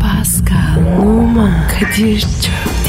Pascal, Oman, Kadir çok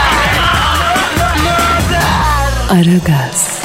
Aragaz,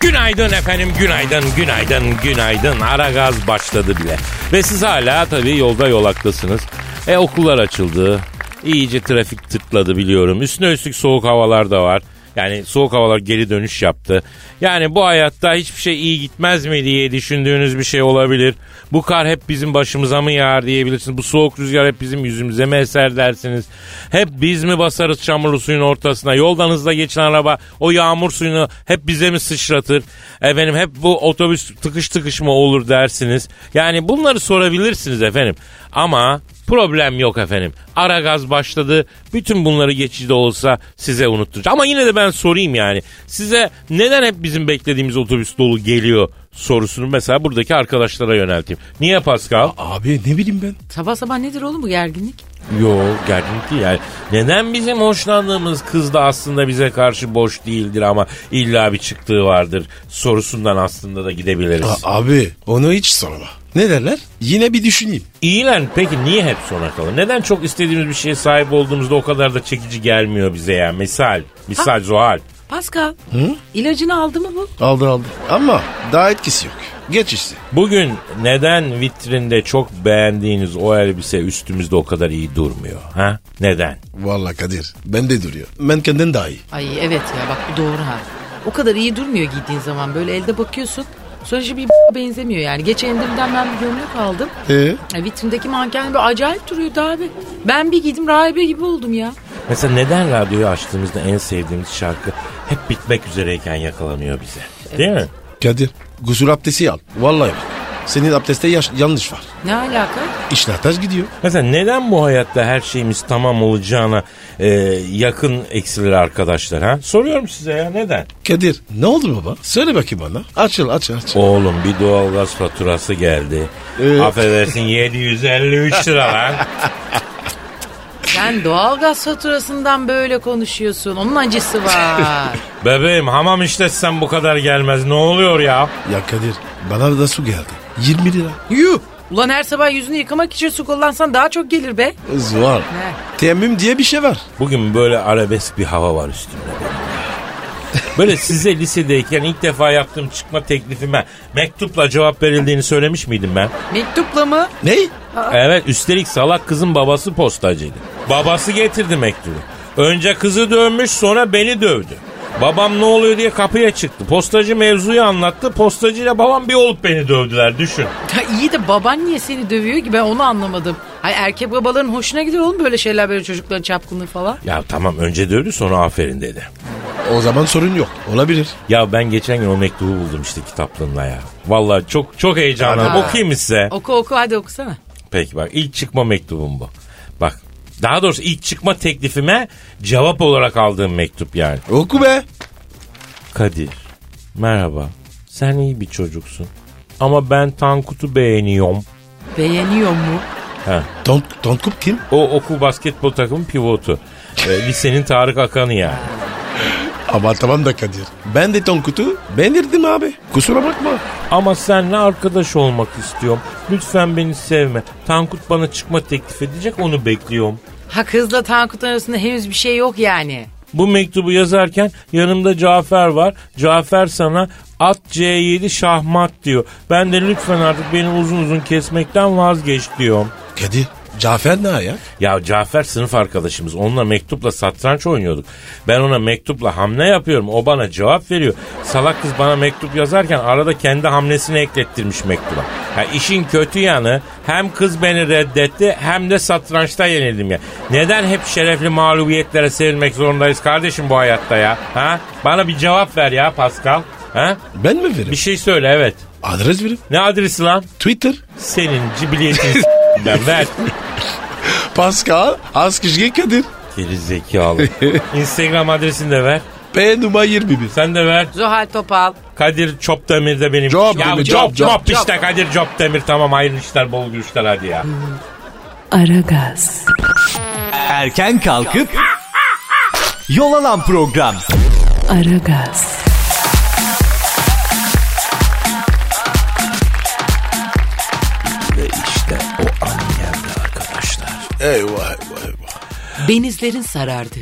Günaydın efendim, günaydın, günaydın, günaydın. Ara gaz başladı bile. Ve siz hala tabii yolda yolaktasınız. E okullar açıldı. İyice trafik tıkladı biliyorum. Üstüne üstlük soğuk havalar da var. Yani soğuk havalar geri dönüş yaptı. Yani bu hayatta hiçbir şey iyi gitmez mi diye düşündüğünüz bir şey olabilir. Bu kar hep bizim başımıza mı yağar diyebilirsiniz. Bu soğuk rüzgar hep bizim yüzümüze mi eser dersiniz. Hep biz mi basarız çamurlu suyun ortasına? Yoldan hızla geçen araba o yağmur suyunu hep bize mi sıçratır? Efendim hep bu otobüs tıkış tıkış mı olur dersiniz. Yani bunları sorabilirsiniz efendim. Ama problem yok efendim. Ara gaz başladı. Bütün bunları geçici de olsa size unutturacağım. Ama yine de ben sorayım yani. Size neden hep bizim beklediğimiz otobüs dolu geliyor sorusunu mesela buradaki arkadaşlara yönelteyim. Niye Pascal? Abi ne bileyim ben. Sabah sabah nedir oğlum bu gerginlik? Yo gerginlik değil yani. Neden bizim hoşlandığımız kız da aslında bize karşı boş değildir ama illa bir çıktığı vardır sorusundan aslında da gidebiliriz. A- abi onu hiç sorma. Ne derler? Yine bir düşüneyim. İyi lan peki niye hep sona kalır? Neden çok istediğimiz bir şeye sahip olduğumuzda o kadar da çekici gelmiyor bize yani? Misal, misal Zuhal. Pascal. Hı? İlacını aldı mı bu? Aldı aldı. Ama daha etkisi yok. Geç işte. Bugün neden vitrinde çok beğendiğiniz o elbise üstümüzde o kadar iyi durmuyor? Ha? Neden? Vallahi Kadir. Bende duruyor. Ben kendin daha iyi. Ay evet ya bak bu doğru ha. O kadar iyi durmuyor giydiğin zaman böyle elde bakıyorsun. Sonra şimdi bir benzemiyor yani. Geçen indirimden ben bir gömlek aldım. Ee? E, vitrindeki manken bir acayip duruyordu abi. Ben bir giydim rahibe gibi oldum ya. Mesela neden radyoyu açtığımızda en sevdiğimiz şarkı hep bitmek üzereyken yakalanıyor bize? Değil mi? Kadir. Gusül abdesti al. Vallahi bak. Senin abdeste yaş- yanlış var. Ne alaka? İşler ters gidiyor. Mesela neden bu hayatta her şeyimiz tamam olacağına e, yakın eksilir arkadaşlar ha? Soruyorum size ya neden? Kadir ne oldu baba? Söyle bakayım bana. Açıl açıl açıl. Oğlum bir doğalgaz faturası geldi. Evet. Affedersin 753 lira lan. Sen doğalgaz faturasından böyle konuşuyorsun. Onun acısı var. Bebeğim hamam işletsen bu kadar gelmez ne oluyor ya? Ya Kadir bana da su geldi. 20 lira. Yuh. Ulan her sabah yüzünü yıkamak için su kullansan daha çok gelir be. Zuhal. Ne? Temmüm diye bir şey var. Bugün böyle arabesk bir hava var üstümde benim. Böyle size lisedeyken ilk defa yaptığım çıkma teklifime mektupla cevap verildiğini söylemiş miydim ben? Mektupla mı? Ne? Evet üstelik salak kızın babası postacıydı. Babası getirdi mektubu. Önce kızı dövmüş sonra beni dövdü. Babam ne oluyor diye kapıya çıktı. Postacı mevzuyu anlattı. Postacıyla babam bir olup beni dövdüler düşün. Ya iyi de baban niye seni dövüyor ki ben onu anlamadım. Hay erkek babaların hoşuna gidiyor oğlum böyle şeyler böyle çocukların çapkınlığı falan. Ya tamam önce dövdü sonra aferin dedi. O zaman sorun yok. Olabilir. Ya ben geçen gün o mektubu buldum işte kitaplığında ya. Vallahi çok çok heyecanlandım. Ana. Okuyayım mı size. Oku oku hadi okusana. Peki bak ilk çıkma mektubum bu. Bak daha doğrusu ilk çıkma teklifime cevap olarak aldığım mektup yani. Oku be. Kadir. Merhaba. Sen iyi bir çocuksun. Ama ben Tankut'u beğeniyorum. Beğeniyor mu? Ha. Don't, don't cook kim? O okul basketbol takımı pivotu. Ee, lisenin Tarık Akan'ı yani. Ama tamam da Kadir. Ben de Tonkut'u beğenirdim abi. Kusura bakma. Ama seninle arkadaş olmak istiyorum. Lütfen beni sevme. Tankut bana çıkma teklif edecek onu bekliyorum. Ha kızla Tankut arasında henüz bir şey yok yani. Bu mektubu yazarken yanımda Cafer var. Cafer sana at C7 şahmat diyor. Ben de lütfen artık beni uzun uzun kesmekten vazgeç diyorum. Kadir. Cafer ne ya? Ya Cafer sınıf arkadaşımız. Onunla mektupla satranç oynuyorduk. Ben ona mektupla hamle yapıyorum. O bana cevap veriyor. Salak kız bana mektup yazarken arada kendi hamlesini eklettirmiş mektuba. Ya işin kötü yanı hem kız beni reddetti hem de satrançta yenildim ya. Neden hep şerefli mağlubiyetlere sevinmek zorundayız kardeşim bu hayatta ya? Ha? Bana bir cevap ver ya Pascal. Ha? Ben mi veririm? Bir şey söyle evet. Adres verin. Ne adresi lan? Twitter. Senin cibiliyetin s- ben ver. Pascal Askışge Kadir. Geri zekalı. Instagram adresini de ver. P numara 21. Sen de ver. Zuhal Topal. Kadir Çopdemir de benim. Çopdemir, Ya Çop, Çop, Çop, Çop Çop. işte Kadir Çopdemir. Tamam hayırlı işler bol gülüşler hadi ya. Aragaz, Erken kalkıp yol alan program. Aragaz, İşte o an geldi arkadaşlar. Eyvah eyvah eyvah. Denizlerin sarardığı,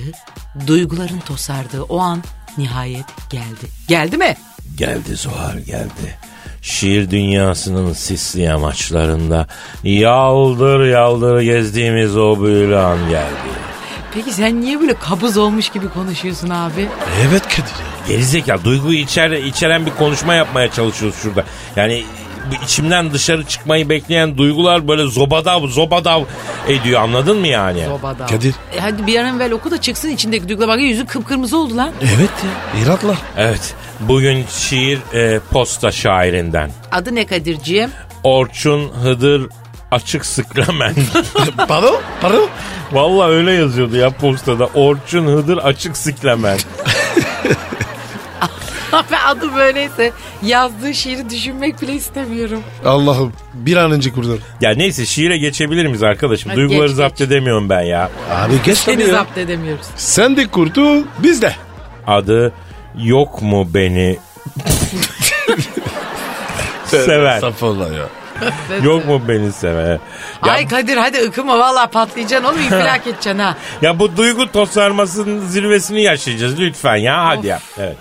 duyguların tosardığı o an nihayet geldi. Geldi mi? Geldi Zuhal geldi. Şiir dünyasının sisli yamaçlarında yaldır yaldır gezdiğimiz o büyülü an geldi. Peki sen niye böyle kabız olmuş gibi konuşuyorsun abi? Evet Kadir ya. Gerizekalı duyguyu içer, içeren bir konuşma yapmaya çalışıyoruz şurada. Yani bu içimden dışarı çıkmayı bekleyen duygular böyle zobadav zobadav ediyor anladın mı yani? Sobada. Kadir. E hadi bir an evvel oku da çıksın içindeki duygular. Bak yüzün kıpkırmızı oldu lan. Evet ya. İratla. Evet bugün şiir e, posta şairinden. Adı ne Kadir'ciğim? Orçun Hıdır Açık Sıklamen. pardon pardon. Valla öyle yazıyordu ya postada. Orçun Hıdır Açık Sıklamen. Ve adı böyleyse yazdığı şiiri düşünmek bile istemiyorum. Allah'ım bir an önce kurtar. Ya neyse şiire geçebilir miyiz arkadaşım? Hadi Duyguları geç, zapt geç. edemiyorum ben ya. Abi geç tabii Seni ya. zapt edemiyoruz. Sen de kurtul biz de. Adı yok mu beni seven? Safallah ya. yok mu beni seven? Ya, Ay Kadir hadi ıkıma valla patlayacaksın oğlum infilak edeceksin ha. ya bu duygu tosarmasının zirvesini yaşayacağız lütfen ya hadi ya. Evet.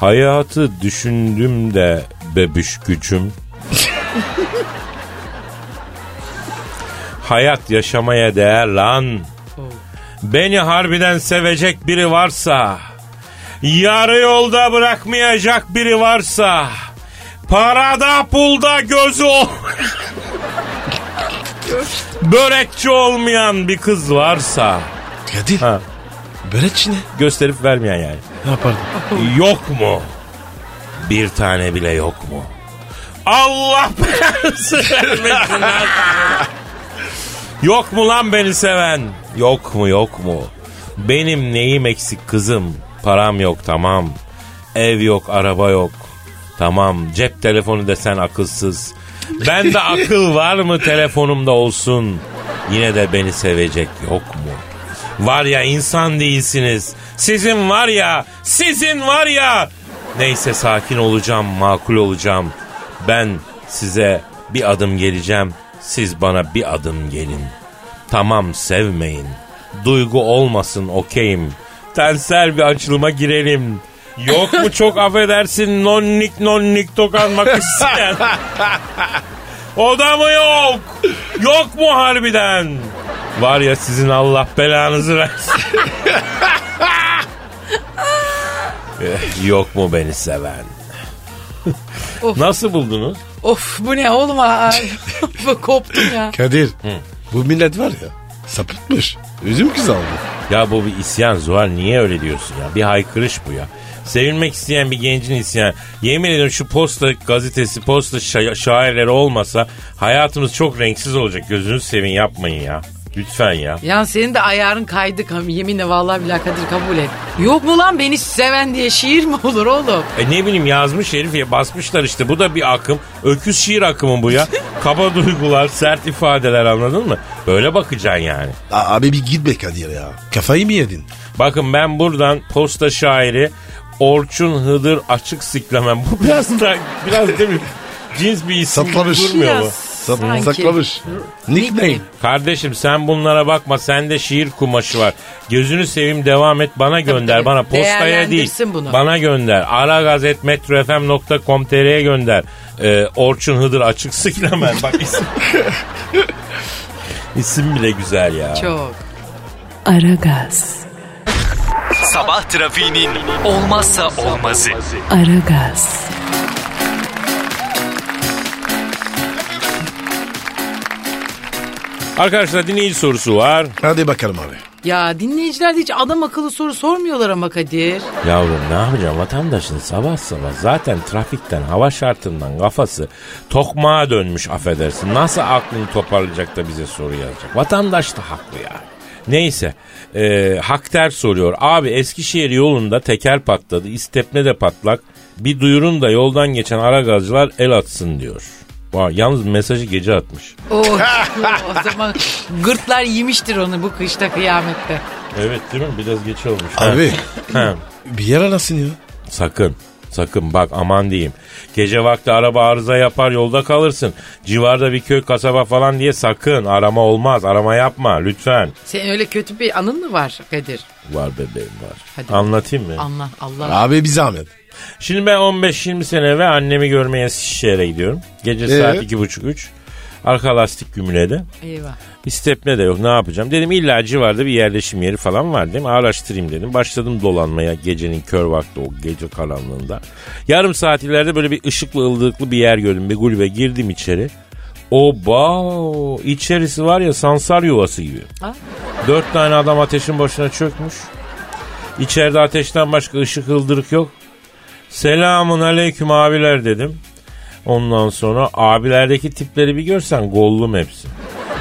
Hayatı düşündüm de bebiş gücüm. Hayat yaşamaya değer lan. Beni harbiden sevecek biri varsa, yarı yolda bırakmayacak biri varsa, parada pulda gözü ol... Börekçi olmayan bir kız varsa, Kadir. Ha. Börekçi ne? gösterip vermeyen yani. Ne yapardın? Yok mu? Bir tane bile yok mu? Allah belanızı vermesin lan. Yok mu lan beni seven? Yok mu yok mu? Benim neyim eksik kızım? Param yok tamam. Ev yok araba yok. Tamam cep telefonu desen akılsız. Ben de akıl var mı telefonumda olsun. Yine de beni sevecek yok mu? Var ya insan değilsiniz. Sizin var ya, sizin var ya. Neyse sakin olacağım, makul olacağım. Ben size bir adım geleceğim, siz bana bir adım gelin. Tamam sevmeyin. Duygu olmasın okeyim. Tensel bir açılıma girelim. Yok mu çok affedersin nonnik nonnik tokanmak isteyen? O da mı yok? Yok mu harbiden? Var ya sizin Allah belanızı versin. Eh, yok mu beni seven? Of. Nasıl buldunuz? Of bu ne oğlum ay. Koptum ya. Kadir. Bu millet var ya sapıtmış. Üzüm kızardı. Ya bu bir isyan Zuhal niye öyle diyorsun ya? Bir haykırış bu ya. Sevilmek isteyen bir gencin isyanı. Yemin ediyorum şu posta gazetesi, posta şa- şairleri olmasa hayatımız çok renksiz olacak. Gözünüzü sevin yapmayın ya. Lütfen ya. Ya senin de ayarın kaydı kam- yeminle vallahi billahi Kadir kabul et. Yok mu lan beni seven diye şiir mi olur oğlum? E ne bileyim yazmış herif ya basmışlar işte bu da bir akım. Öküz şiir akımı bu ya. Kaba duygular, sert ifadeler anladın mı? Böyle bakacaksın yani. A- Abi bir git be Kadir ya. Kafayı mı yedin? Bakın ben buradan posta şairi Orçun Hıdır Açık Siklemen. Bu biraz da biraz değil mi? Cins bir isim gibi Saklamış. durmuyor mu? Sap- Sanki. Saklamış. Nickname. Kardeşim sen bunlara bakma. Sende şiir kumaşı var. Gözünü seveyim devam et. Bana gönder. tabii. Bana postaya değil. Değerlendirsin bunu. Bana gönder. Aragazetmetrofm.com.tr'ye gönder. Ee, Orçun Hıdır açık siklemen. Bak isim. isim bile güzel ya. Çok. Aragaz, Sabah trafiğinin olmazsa olmazı. Aragaz, Arkadaşlar dinleyici sorusu var. Hadi bakalım abi. Ya dinleyiciler de hiç adam akıllı soru sormuyorlar ama Kadir. Yavrum ne yapacağım vatandaşın sabah sabah zaten trafikten hava şartından kafası tokmağa dönmüş affedersin. Nasıl aklını toparlayacak da bize soru yazacak. Vatandaş da haklı ya. Neyse e, Hakter soruyor. Abi Eskişehir yolunda teker patladı. İstepne de patlak. Bir duyurun da yoldan geçen ara gazcılar el atsın diyor. Vay, yalnız mesajı gece atmış. Oh, o zaman gırtlar yemiştir onu bu kışta kıyamette. Evet değil mi? Biraz geç olmuş. Abi Ha. Ha. bir yer arasın ya. Sakın. Sakın bak aman diyeyim. Gece vakti araba arıza yapar yolda kalırsın. Civarda bir köy kasaba falan diye sakın arama olmaz. Arama yapma lütfen. Senin öyle kötü bir anın mı var Kadir? Var bebeğim var. Hadi. Anlatayım mı? Allah Allah. Abi bir zahmet. Şimdi ben 15-20 sene evvel annemi görmeye Eskişehir'e gidiyorum. Gece Ee? saat 2.30-3. Arka lastik gümülede. Eyvah. İstepne de yok ne yapacağım. Dedim illa civarda bir yerleşim yeri falan var değil mi? Araştırayım dedim. Başladım dolanmaya gecenin kör vakti o gece karanlığında. Yarım saat ileride böyle bir ışıklı ıldıklı bir yer gördüm. Bir kulübe girdim içeri. Oba içerisi var ya sansar yuvası gibi. Ha? Dört tane adam ateşin başına çökmüş. İçeride ateşten başka ışık hıldırık yok. Selamun aleyküm abiler dedim. Ondan sonra abilerdeki tipleri bir görsen gollum hepsi.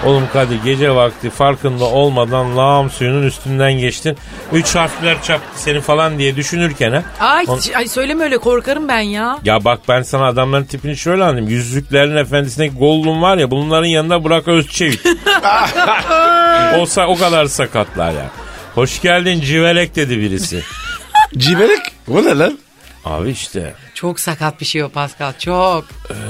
Oğlum Kadir gece vakti farkında olmadan lağım suyunun üstünden geçtin. Üç harfler çarptı seni falan diye düşünürken ha. Ay, On- ay söyleme öyle korkarım ben ya. Ya bak ben sana adamların tipini şöyle anladım. Yüzüklerin efendisindeki Gollum var ya bunların yanında Burak Özçevik. Olsa o kadar sakatlar ya. Hoş geldin civelek dedi birisi. Ciberek. O ne lan? Abi işte e, Çok sakat bir şey o Pascal çok.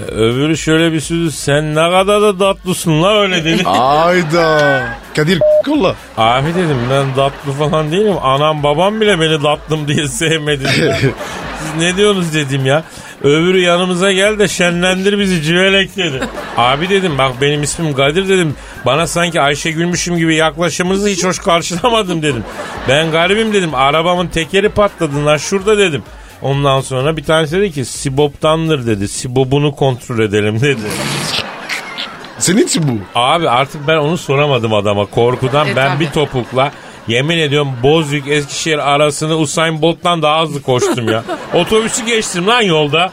öbürü şöyle bir süzü sen ne kadar da tatlısın la öyle dedi. Ayda. Kadir kolla. Abi dedim ben tatlı falan değilim. Anam babam bile beni tatlım diye sevmedi. dedi. Siz ne diyorsunuz dedim ya. Öbürü yanımıza gel de şenlendir bizi civelek dedi. Abi dedim bak benim ismim Kadir dedim. Bana sanki Ayşe Gülmüş'üm gibi yaklaşımınızı hiç hoş karşılamadım dedim. Ben garibim dedim. Arabamın tekeri patladı lan şurada dedim. Ondan sonra bir tanesi dedi ki Sibop'tandır dedi. Sibob'unu kontrol edelim dedi. Senin için bu. Abi artık ben onu soramadım adama korkudan. E, ben tabii. bir topukla yemin ediyorum Bozüyük Eskişehir arasını Usain Bolt'tan daha hızlı koştum ya. Otobüsü geçtim lan yolda.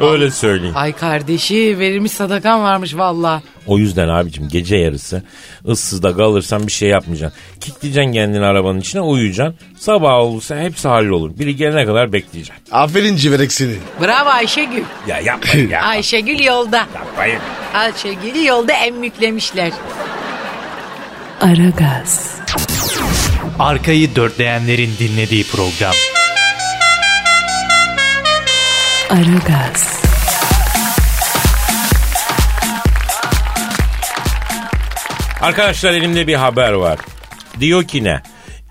Öyle söyleyeyim. Ay kardeşi verilmiş sadakan varmış valla. O yüzden abicim gece yarısı ıssızda kalırsan bir şey yapmayacaksın. Kikleyeceksin kendini arabanın içine uyuyacaksın. Sabah olursa hepsi hallolur. Biri gelene kadar bekleyeceksin. Aferin Ciberek seni. Bravo Ayşegül. Ya yapmayın ya. Ayşegül yolda. yapmayın. Ayşegül'ü yolda emmüklemişler. Aragaz, Arkayı dörtleyenlerin dinlediği program. Aragaz, Arkadaşlar elimde bir haber var. Diyor ki ne?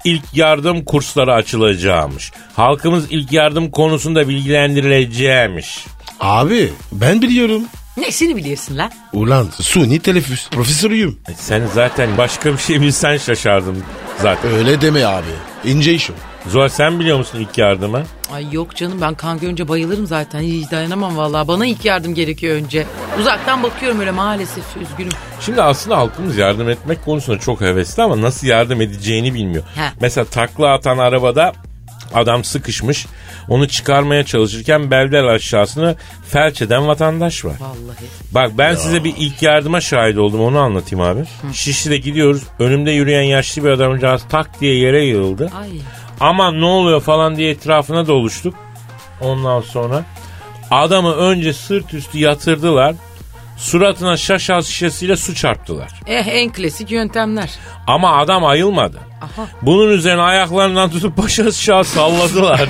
İlk yardım kursları açılacağımış. Halkımız ilk yardım konusunda bilgilendirileceğimiş. Abi ben biliyorum. Nesini biliyorsun lan? Ulan suni telefüs. Profesörüyüm. E Sen zaten başka bir şey bilsen şaşardım zaten. Öyle deme abi. İnce iş o. Zuhal sen biliyor musun ilk yardımı? Ay yok canım ben kan görünce bayılırım zaten. Hiç dayanamam valla. Bana ilk yardım gerekiyor önce. Uzaktan bakıyorum öyle maalesef üzgünüm. Şimdi aslında halkımız yardım etmek konusunda çok hevesli ama nasıl yardım edeceğini bilmiyor. He. Mesela takla atan arabada adam sıkışmış. Onu çıkarmaya çalışırken belden aşağısını felç eden vatandaş var. Vallahi. Bak ben size bir ilk yardıma şahit oldum onu anlatayım abi. Şişli'de gidiyoruz önümde yürüyen yaşlı bir adamcağız tak diye yere yığıldı. Ay. Aman ne oluyor falan diye etrafına doluştuk. Ondan sonra adamı önce sırt üstü yatırdılar. Suratına şaşal şişesiyle su çarptılar. Eh en klasik yöntemler. Ama adam ayılmadı. Aha. Bunun üzerine ayaklarından tutup başı aşağı salladılar.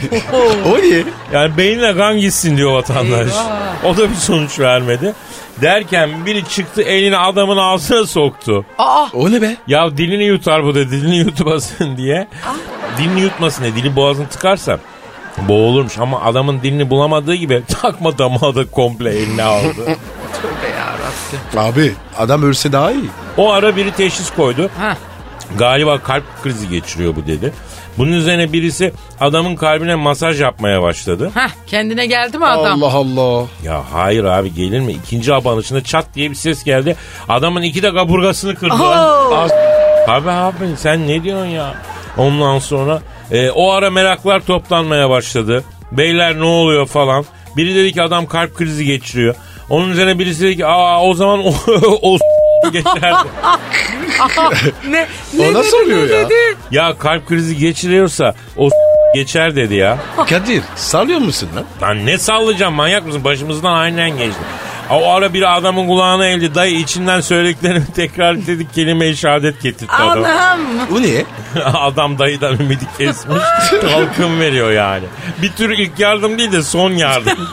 O niye? Yani beyinle kan gitsin diyor vatandaş. Eyvah. O da bir sonuç vermedi. Derken biri çıktı elini adamın ağzına soktu. Aa O ne be? Ya dilini yutar bu da dilini yutmasın diye. Dilini yutmasın diye dili boğazını tıkarsa boğulurmuş ama adamın dilini bulamadığı gibi takma damağı da komple eline aldı. tövbe yarabbim. Abi adam ölse daha iyi. o ara biri teşhis koydu. Ha. Galiba kalp krizi geçiriyor bu dedi. Bunun üzerine birisi adamın kalbine masaj yapmaya başladı. Ha kendine geldi mi adam? Allah Allah. Ya hayır abi gelir mi? İkinci abanışında çat diye bir ses geldi. Adamın iki de kaburgasını kırdı. Oo. Az- Abi abi sen ne diyorsun ya? Ondan sonra e, o ara meraklar toplanmaya başladı. Beyler ne oluyor falan. Biri dedi ki adam kalp krizi geçiriyor. Onun üzerine birisi dedi ki aa o zaman o, o s- geçerdi. Ah, ne? O nasıl oluyor ya? ya kalp krizi geçiriyorsa o s- geçer dedi ya. Kadir sallıyor musun lan? Lan ne sallayacağım manyak mısın? Başımızdan aynen geçti. Aa, O ara bir adamın kulağına eğildi. Dayı içinden söylediklerini tekrar dedik kelime-i şehadet getirtti adam. Anam. Bu niye? Adam dayıdan ümidi kesmiş. Halkım veriyor yani. Bir tür ilk yardım değil de son yardım.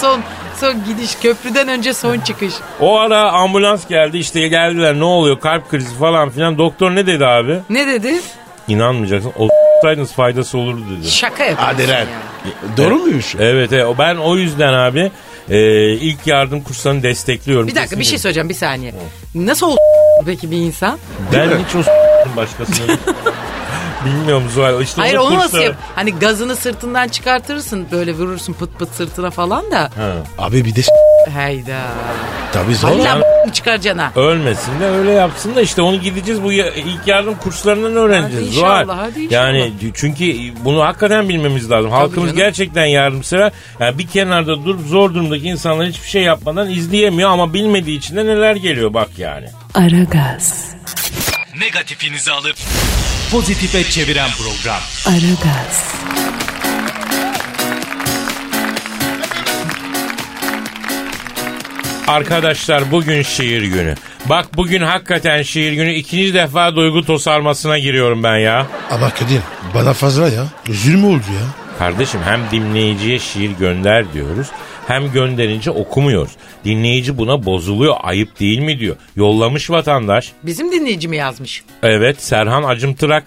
Son, son gidiş köprüden önce son çıkış. O ara ambulans geldi işte geldiler ne oluyor kalp krizi falan filan. Doktor ne dedi abi? Ne dedi? İnanmayacaksın. O faydası olurdu dedi. Şaka yapıyorsun Hadi lan. ya. Doğru muymuş? Evet, evet. ben o yüzden abi e, ilk yardım kurslarını destekliyorum. Bir dakika bir şey Kesinlikle. söyleyeceğim bir saniye. Nasıl oldu peki bir insan? Ben hiç o s**tim başkasını. Bilmiyorum Zuhal. İşte Hayır o onu nasıl kursları- yap? Hani gazını sırtından çıkartırırsın böyle vurursun pıt pıt sırtına falan da. Abi bir de Hayda. tabii zor. Allah lan. mı çıkaracaksın ha? Ölmesin de öyle yapsın da işte onu gideceğiz bu ya- ilk yardım kurslarından öğreneceğiz. Hadi inşallah, Zuhal. hadi inşallah. Yani çünkü bunu hakikaten bilmemiz lazım. Halkımız canım. gerçekten yardımsever. Yani bir kenarda durup zor durumdaki insanlar hiçbir şey yapmadan izleyemiyor ama bilmediği için de neler geliyor bak yani. Aragaz, Negatifinizi alıp pozitife çeviren program. Aragaz, Arkadaşlar bugün şiir günü. Bak bugün hakikaten şiir günü. İkinci defa duygu tosarmasına giriyorum ben ya. Ama Kadir bana fazla ya. Üzülme oldu ya. Kardeşim hem dinleyiciye şiir gönder diyoruz hem gönderince okumuyoruz. Dinleyici buna bozuluyor ayıp değil mi diyor. Yollamış vatandaş. Bizim dinleyici mi yazmış? Evet Serhan Acımtırak.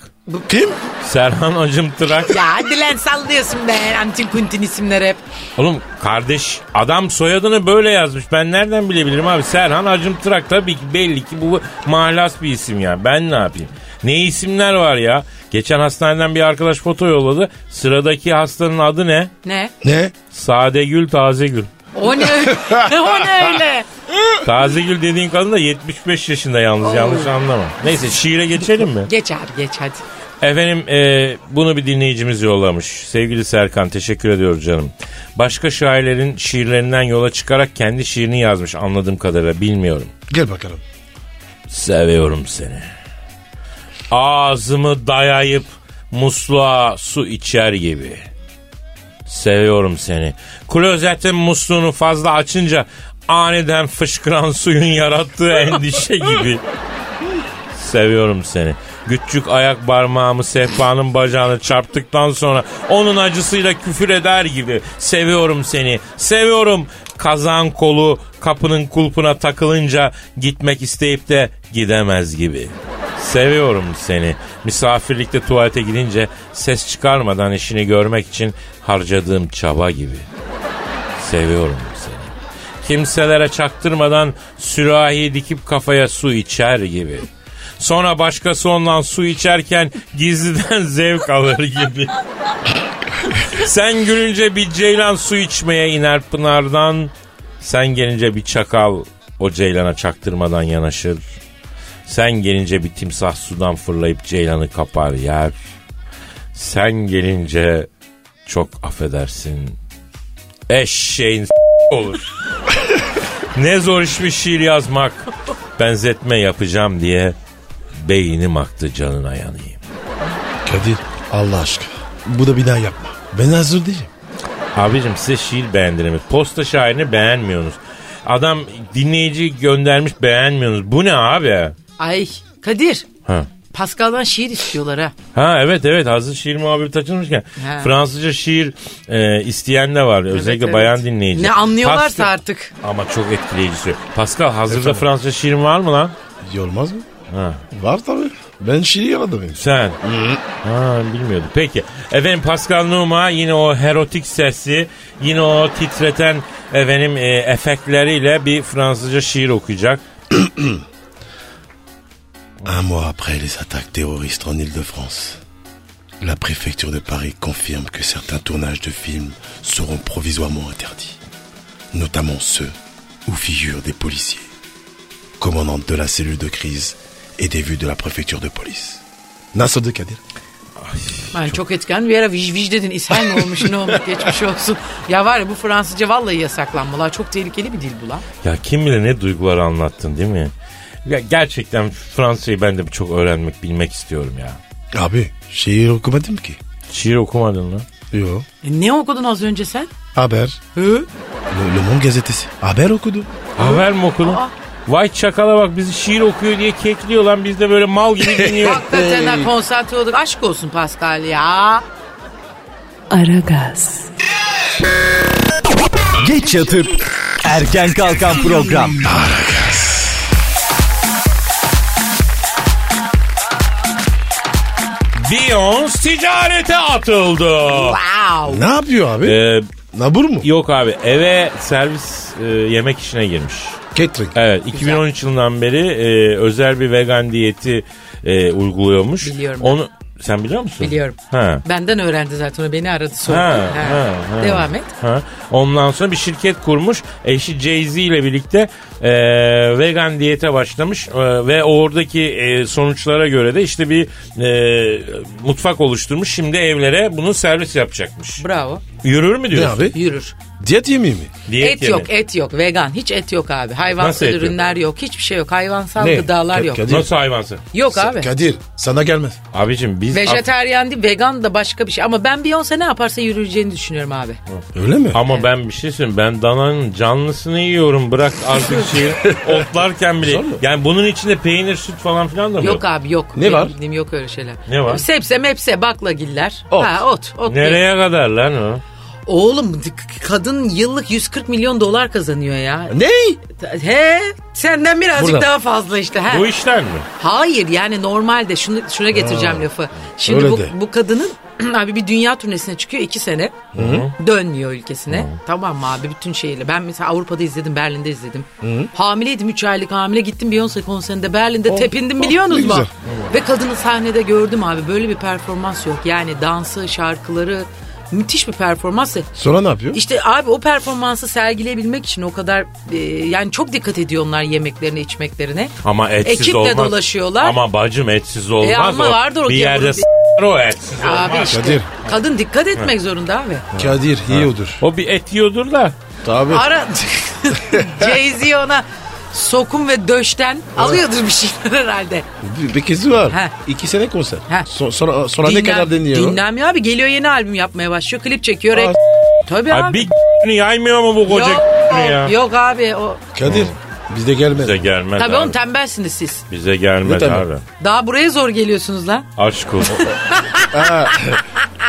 Kim? Serhan Acımtırak. Ya hadi lan sallıyorsun be antin kuntin isimler hep. Oğlum kardeş adam soyadını böyle yazmış. Ben nereden bilebilirim abi? Serhan Acımtırak tabii ki belli ki bu mahlas bir isim ya. Ben ne yapayım? Ne isimler var ya? Geçen hastaneden bir arkadaş foto yolladı. Sıradaki hastanın adı ne? Ne? Ne? Sadegül Tazegül. O ne öyle? o ne öyle? Tazegül dediğin kadın da 75 yaşında yalnız yanlış anlama. Neyse şiire geçelim mi? Geç abi geç hadi. Efendim e, bunu bir dinleyicimiz yollamış. Sevgili Serkan teşekkür ediyoruz canım. Başka şairlerin şiirlerinden yola çıkarak kendi şiirini yazmış anladığım kadarıyla bilmiyorum. Gel bakalım. Seviyorum seni. Ağzımı dayayıp musluğa su içer gibi. Seviyorum seni. Klozetin musluğunu fazla açınca aniden fışkıran suyun yarattığı endişe gibi. Seviyorum seni. Küçük ayak parmağımı sehpanın bacağına çarptıktan sonra onun acısıyla küfür eder gibi. Seviyorum seni. Seviyorum. Kazan kolu kapının kulpuna takılınca gitmek isteyip de gidemez gibi. Seviyorum seni. Misafirlikte tuvalete gidince ses çıkarmadan işini görmek için harcadığım çaba gibi. Seviyorum seni. Kimselere çaktırmadan sürahiyi dikip kafaya su içer gibi. Sonra başkası ondan su içerken gizliden zevk alır gibi. Sen gülünce bir ceylan su içmeye iner pınardan. Sen gelince bir çakal o ceylana çaktırmadan yanaşır. Sen gelince bir timsah sudan fırlayıp ceylanı kapar yer. Sen gelince çok affedersin eşeğin s- olur. ne zor işmiş şiir yazmak. Benzetme yapacağım diye beynim aktı canına yanayım. Kadir Allah aşkına. Bu da bir daha yapma. Ben hazır değilim. Abicim size şiir beğendiremiyoruz. Posta şairini beğenmiyorsunuz. Adam dinleyici göndermiş beğenmiyorsunuz. Bu ne abi? Ay Kadir. Ha. Pascal'dan şiir istiyorlar ha. Ha evet evet hazır şiir muhabbeti açılmışken Ha. Fransızca şiir e, isteyen de var özellikle evet. bayan dinleyici. Ne anlıyorlarsa Pascal- artık. Ama çok etkileyici. söylüyor. Pascal hazırda Fransızca şiirin var mı lan? İyi olmaz mı? Ha. Var tabii. Ben şiir adamıyım. Sen. Ha, bilmiyordum. Peki. Efendim Pascal Numa yine o erotik sesi, yine o titreten efendim e, efektleriyle bir Fransızca şiir okuyacak. Un mois après les attaques terroristes en Île-de-France, la préfecture de Paris confirme que certains tournages de films seront provisoirement interdits, notamment ceux où figurent des policiers, commandants de la cellule de crise et des vues de la préfecture de police. Nasıldı Kadir? Yani çok etken bir ara viş viş dedin ishal mi olmuş ne olmuş geçmiş olsun. Ya var ya bu Fransızca vallahi yasaklanmalar çok tehlikeli bir dil bu lan. Ya kim bilir ne duygular anlattın değil mi? Ya gerçekten Fransızcayı ben de çok öğrenmek, bilmek istiyorum ya. Abi şiir okumadım ki. Şiir okumadın mı? Yo. E, ne okudun az önce sen? Haber. Hı? Le, Le Monde gazetesi. Haber okudu. Haber mi okudun? Vay çakala bak bizi şiir okuyor diye kekliyor lan biz de böyle mal gibi dinliyoruz. Hakikaten ha, konsantre olduk. Aşk olsun Pascal ya. Aragaz, Geç yatıp erken kalkan program. Beyoncé ticarete atıldı. Wow. Ne yapıyor abi? Ee, Nabur mu? yok abi eve servis e, yemek işine girmiş. Catering. Evet 2013 yılından beri e, özel bir vegan diyeti e, uyguluyormuş. Biliyorum ben. Onu sen biliyor musun? Biliyorum. Ha. Benden öğrendi zaten o beni aradı sordu. Ha, Ha. ha, ha. Devam et. Ha. Ondan sonra bir şirket kurmuş. Eşi Jay-Z ile birlikte e, vegan diyete başlamış E, ve oradaki e, sonuçlara göre de işte bir e, mutfak oluşturmuş. Şimdi evlere bunu servis yapacakmış. Bravo. Yürür mü Ne diyorsun? abi? Yürür. Diyet yemeği mi? Diyet et yemeği. yok, et yok. Vegan. Hiç et yok abi. Hayvansal et yok? ürünler yok. Hiçbir şey yok. Hayvansal Ne? gıdalar Ka- yok. kadın- Nasıl hayvansı? Yok abi. Kadir sana gelmez. Abicim biz... Vejeteryan değil, vegan da başka bir şey. Ama ben Beyoncé ne yaparsa yürüyeceğini düşünüyorum abi. Öyle mi? Ama ben bir şey söyleyeyim. Ben dananın canlısını yiyorum. Bırak artık şeyi otlarken bile. Yani bunun içinde peynir, süt falan filan da mı? Yok abi yok. Ne Benim var? bildiğim yok öyle şeyler. Ne var? Sebze, mepse, baklagiller. Ot. Ha, ot. ot değil. Nereye kadar lan o? Oğlum d- k- kadın yıllık 140 milyon dolar kazanıyor ya. Ne? He senden birazcık Buradan. daha fazla işte. He. Bu işten mi? Hayır yani normalde şunu şuna getireceğim lafı. Şimdi öyle bu, de. bu kadının abi bir dünya turnesine çıkıyor iki sene. Dönmüyor ülkesine. Tamam mı abi bütün şeyle. Ben mesela Avrupa'da izledim, Berlin'de izledim. Hamileydim 3 aylık hamile gittim Beyoncé konserinde Berlin'de tepindim biliyorsunuz Oh, ne mu? güzel. Ve kadını sahnede gördüm abi. Böyle bir performans yok. Yani dansı, şarkıları müthiş bir performans. Sonra ne yapıyor? İşte abi o performansı sergileyebilmek için o kadar e, yani çok dikkat ediyor onlar yemeklerine, içmeklerine. Ama etsiz Ekiple olmaz. dolaşıyorlar. Ama bacım etsiz olmaz. E ama o, vardır o Bir gavurun yerde bir- s- o etsiz Abi olmaz. işte Kadir. kadın dikkat etmek zorunda abi. Kadir yiyordur. O bir et yiyordur da. Tabii. Ara Jay-Z ona sokum ve döşten alıyordur bir şeyler herhalde. Bir, bir kezi var. He. İki sene konser. He. So- sonra sonra ne Dinlen- kadar dinliyor? Dinlenmiyor abi geliyor yeni albüm yapmaya başlıyor klip çekiyor. Aa, rek- Tabii abi. Abi Ah. bir yaymıyor mu bu koca yok, ya? yok abi o. Kadir bizde gelmez. Bize gelmez Tabii abi. oğlum tembelsiniz siz. Bize gelmez Ne demek? abi. Daha buraya zor geliyorsunuz lan. Aşk olsun.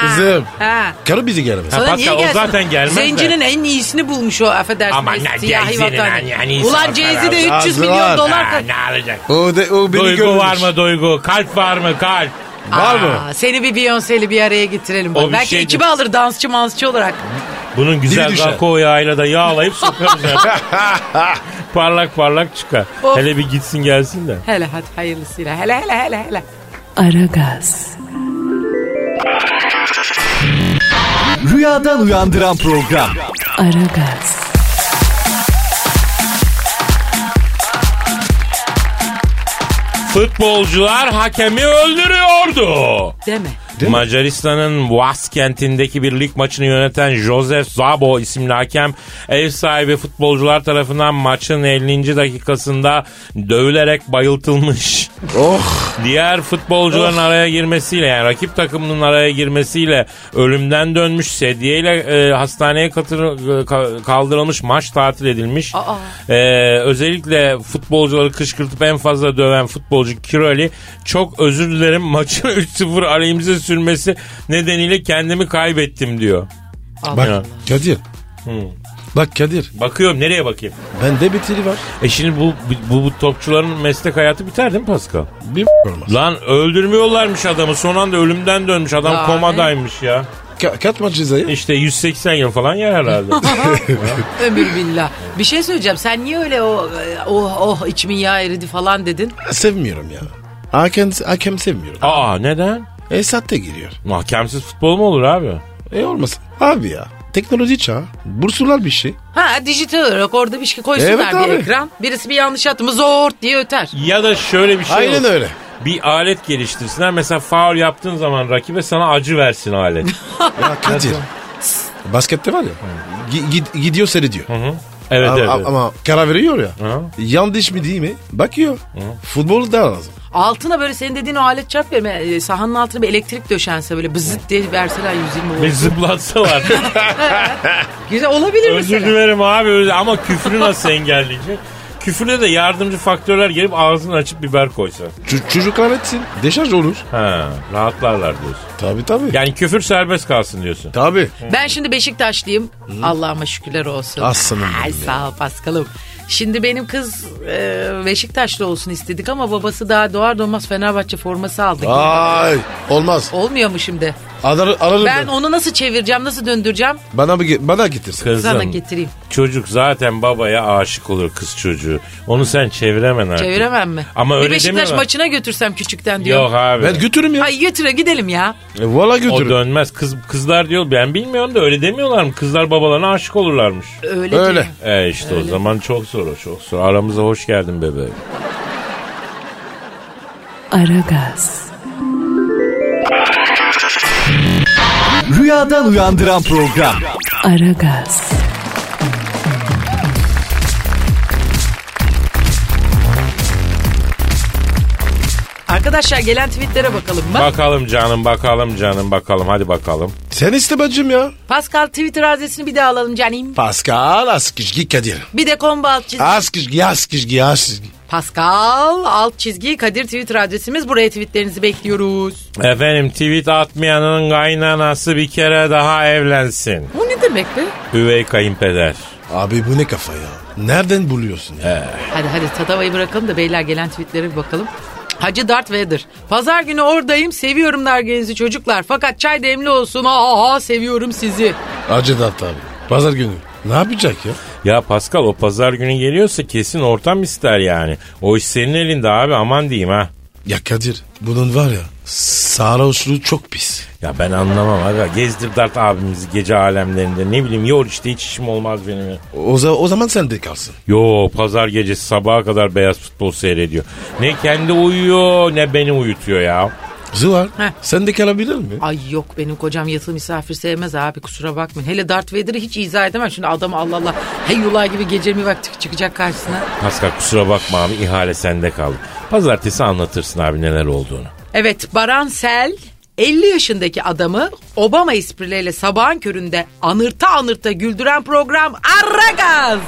Kızım. Ha. Karı bize gelmez. Sana Pascal, niye o gelsin? zaten gelmez de. Zencinin en iyisini bulmuş o affedersin. Aman ne Jay-Z'nin hani- hani iyisi Ulan var Jay-Z de falan. 300 Ağzı milyon var. dolar. Ha, ne alacak? O, de, o beni Duygu görmemiş. var mı duygu? Kalp var mı kalp? Var Aa, mı? şey Seni bir Beyoncé'li bir araya getirelim. Bak. O bir Belki şeydir. ekibi alır dansçı mansçı olarak. Bunun güzel Dili düşer. kakao yağıyla da yağlayıp sokarız. yani. parlak parlak çıkar. Of. Hele bir gitsin gelsin de. Hele hadi hayırlısıyla. Hele hele hele hele. Aragaz, Rüyadan uyandıran program. Aragaz, Futbolcular hakemi öldürüyordu. Deme. Macaristan'ın Vas kentindeki bir lig maçını yöneten Josef Zabo isimli hakem ev sahibi futbolcular tarafından maçın 50. dakikasında dövülerek bayıltılmış. Oh. Diğer futbolcuların araya girmesiyle yani rakip takımının araya girmesiyle ölümden dönmüş sedyeyle e, hastaneye katır- e, ka- kaldırılmış maç tatil edilmiş. Aa. E, özellikle futbolcuları kışkırtıp en fazla döven futbolcu Kiroli çok özür dilerim maçı 3-0 aleyhimize sürmesi nedeniyle kendimi kaybettim diyor. Bak Ya. Kadir. Bak Kadir. Bakıyorum nereye bakayım? Bende bir tiri var. E şimdi bu bu, bu topçuların meslek hayatı biter değil mi Pascal? Bir olmaz. Lan öldürmüyorlarmış adamı. Son anda ölümden dönmüş. Adam Lanet. komadaymış ya. Ka- kaç maç cezayı? İşte 180 yıl falan yer herhalde. Ömür billah. Bir şey söyleyeceğim. Sen niye öyle o oh oh içimin yağı eridi falan dedin? Sevmiyorum ya. Hakem, hakem sevmiyorum. Aa neden? E sahte giriyor. Mahkemsiz futbol mu olur abi? E olmasın. Abi ya. teknoloji çağı. Bursular bir şey. Ha dijital olarak orada bir şey koysunlar Evet bir abi. ekran. Birisi bir yanlış attı mı zort diye öter. Ya da şöyle bir şey Aynen olsun. öyle. Bir alet geliştirsinler. Mesela faul yaptığın zaman rakibe sana acı versin alet. Ya Kadir. Baskette var ya. gi- gid- gidiyor seyrediyor. evet Ama, evet. ama karar veriyor ya. Hı. Yan diş mi değil mi? Bakıyor. Futbolu da lazım. Altına böyle senin dediğin o alet çarp verme. e, Sahanın altına bir elektrik döşense böyle bızıt diye verseler 120 Bir volt. zıplatsalar. Güzel olabilir Özür mesela. dilerim abi öyle- ama küfrü nasıl engelleyecek? Küfürde de yardımcı faktörler gelip ağzını açıp biber koysa. Ç- çocuklar etsin. Deşarj olur. Ha, rahatlarlar diyorsun. Tabii tabii. Yani küfür serbest kalsın diyorsun. Tabii. Ben şimdi Beşiktaşlıyım. Allah'ıma şükürler olsun. Aslanım Ay, benim sağ ol Paskal'ım. Şimdi benim kız e, Beşiktaşlı olsun istedik ama babası daha doğar doğmaz Fenerbahçe forması aldı. Ah. Ay olmaz. Olmuyor mu şimdi? Arar, ararım Ben ben. onu nasıl çevireceğim, nasıl döndüreceğim? Bana, bir, ge- bana getirsin. Sana Kızım getireyim. çocuk zaten babaya aşık olur kız çocuğu. Onu sen çeviremem artık. Çeviremem mi? Ama bir öyle Beşiktaş deme. maçına götürsem küçükten diyor. Yok abi. Ben götürürüm ya. Ay götüre gidelim ya. E, valla o götürürüm. dönmez. Kız kızlar diyor ben bilmiyorum da öyle demiyorlar mı? Kızlar babalarına aşık olurlarmış. Öyle, Öyle. değil. E işte o zaman çok zor o çok zor. Aramıza hoş geldin bebeğim. Aragaz, Rüyadan uyandıran program. Aragaz, Arkadaşlar gelen tweetlere bakalım. Bak, Bakalım canım bakalım canım bakalım hadi bakalım. Sen iste bacım ya. Pascal Twitter adresini bir daha alalım canım. Pascal Askışgi Kadir. Bir de combo alt çizgi. Askışgi Askışgi Askışgi. Pascal alt çizgi Kadir Twitter adresimiz. Buraya tweetlerinizi bekliyoruz. Efendim tweet atmayanın kaynanası bir kere daha evlensin. Bu ne demek be? Üvey kayınpeder. Abi bu ne kafa ya? Nereden buluyorsun ya? Hadi hadi tatavayı bırakalım da beyler gelen tweetlere bir bakalım. Hacı Dart Vader. Pazar günü oradayım. Seviyorum dergenizi çocuklar. Fakat çay demli olsun. Aha seviyorum sizi. Acı dert abi. Pazar günü. Ne yapacak ya? Ya Pascal o pazar günü geliyorsa kesin ortam ister yani. O iş senin elinde abi aman diyeyim ha. Ya Kadir bunun var ya sarhoşluğu çok pis. Ya ben anlamam abi. Gezdir Dart abimizi gece alemlerinde. Ne bileyim yol işte hiç işim olmaz benim. ya. O, za- o zaman sen de kalsın. Yo pazar gecesi sabaha kadar beyaz futbol seyrediyor. Ne kendi uyuyor ne beni uyutuyor ya. Zuhal Heh. sen de kalabilir mi? Ay yok benim kocam yatılı misafir sevmez abi kusura bakmayın. Hele Darth Vader'ı hiç izah edemem. Şimdi adam Allah Allah heyyula gibi gece mi vakti çıkacak karşısına. Pascal kusura bakma abi ihale sende kaldı. Pazartesi anlatırsın abi neler olduğunu. Evet Baran Sel 50 yaşındaki adamı Obama esprileriyle sabahın köründe anırta anırta güldüren program Aragaz.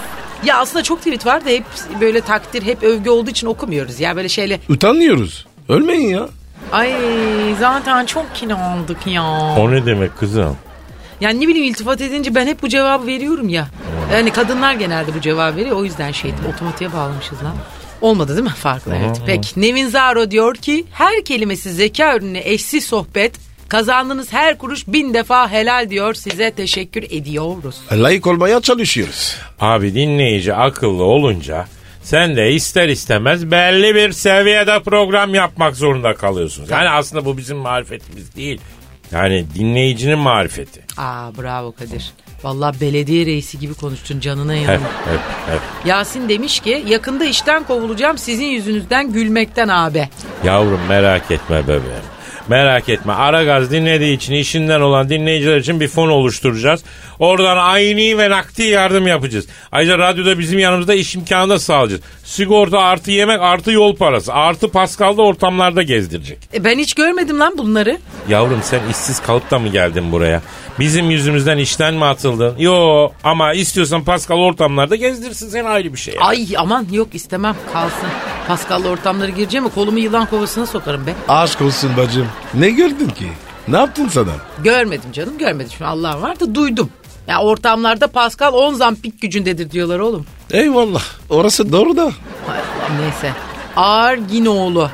Ya aslında çok tweet var da hep böyle takdir, hep övgü olduğu için okumuyoruz. Ya böyle şeyle Utanmıyoruz. Ölmeyin ya. ay zaten çok kine aldık ya. O ne demek kızım? Yani ne bileyim iltifat edince ben hep bu cevabı veriyorum ya. Yani kadınlar genelde bu cevabı veriyor. O yüzden şey otomatiğe bağlamışız lan. Olmadı değil mi? Farklı evet. Peki Nevin Zaro diyor ki her kelimesi zeka ürünü eşsiz sohbet. Kazandığınız her kuruş bin defa helal diyor. Size teşekkür ediyoruz. Layık olmaya çalışıyoruz. Abi dinleyici akıllı olunca sen de ister istemez belli bir seviyede program yapmak zorunda kalıyorsun. Yani aslında bu bizim marifetimiz değil. Yani dinleyicinin marifeti. Aa bravo Kadir. Vallahi belediye reisi gibi konuştun canına Hep, yanım. hep, hep. Yasin demiş ki yakında işten kovulacağım sizin yüzünüzden gülmekten abi. Yavrum merak etme bebeğim. Merak etme. Aragaz dinlediği için işinden olan dinleyiciler için bir fon oluşturacağız. Oradan ayni ve nakdi yardım yapacağız. Ayrıca radyoda bizim yanımızda iş imkanı da sağlayacağız. Sigorta artı yemek artı yol parası artı Pascal da ortamlarda gezdirecek. E, ben hiç görmedim lan bunları. Yavrum sen işsiz kalıp da mı geldin buraya? Bizim yüzümüzden işten mi atıldın? Yo ama istiyorsan Pascal ortamlarda gezdirsin seni ayrı bir şey. Ay aman yok istemem kalsın. Paskal'la ortamlara gireceğim ama kolumu yılan kovasına sokarım be. Aşk olsun bacım. Ne gördün ki? Ne yaptın sana? Görmedim canım görmedim. Şimdi Allah'ım var da duydum. Ya ortamlarda Pascal 10 zampik gücündedir diyorlar oğlum. Eyvallah. Orası doğru da. Hay Allah'ım neyse. Arginoğlu.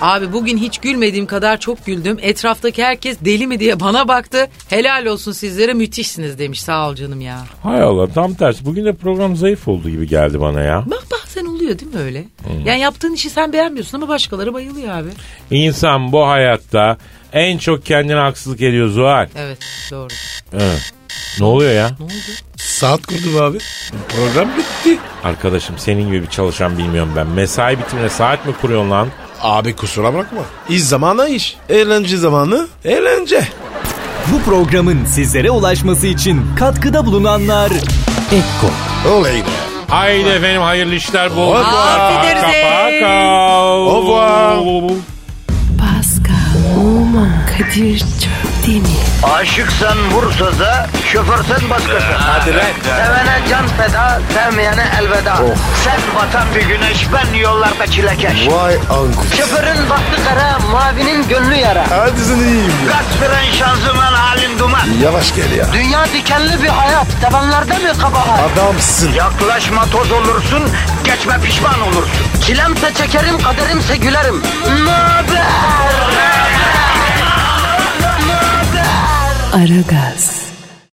Abi bugün hiç gülmediğim kadar çok güldüm. Etraftaki herkes deli mi diye bana baktı. Helal olsun sizlere müthişsiniz demiş sağ ol canım ya. Hay Allah tam tersi. Bugün de program zayıf oldu gibi geldi bana ya. Bak bazen oluyor değil mi öyle? Yani yaptığın işi sen beğenmiyorsun ama başkaları bayılıyor abi. İnsan bu hayatta en çok kendine haksızlık ediyor Zuhal. Evet doğru. Evet. Ne oluyor ya? Saat kurdum abi. Program bitti. Arkadaşım senin gibi bir çalışan bilmiyorum ben. Mesai bitimine saat mi kuruyorsun lan? Abi kusura bakma. İş zamanı iş. Eğlence zamanı eğlence. Bu programın sizlere ulaşması için katkıda bulunanlar Oley be. Haydi efendim hayırlı işler bol. Au revoir. Au revoir. Pascal, Oman, Kadir çok değil mi? Aşıksan vursa da, şoförsen başkasın. Hadi lan. Oh. Sevene can feda, sevmeyene elveda. Sen batan bir güneş, ben yollarda çilekeş. Vay anku. Şoförün baktı kara, mavinin gönlü yara. Hadi sen iyiyim ya. Kasperen şanzıman halin duman. Yavaş gel ya. Dünya dikenli bir hayat, sevenlerde mi kabahar? Adamsın. Yaklaşma toz olursun, geçme pişman olursun. Çilemse çekerim, kaderimse gülerim. Möber! Aragaz.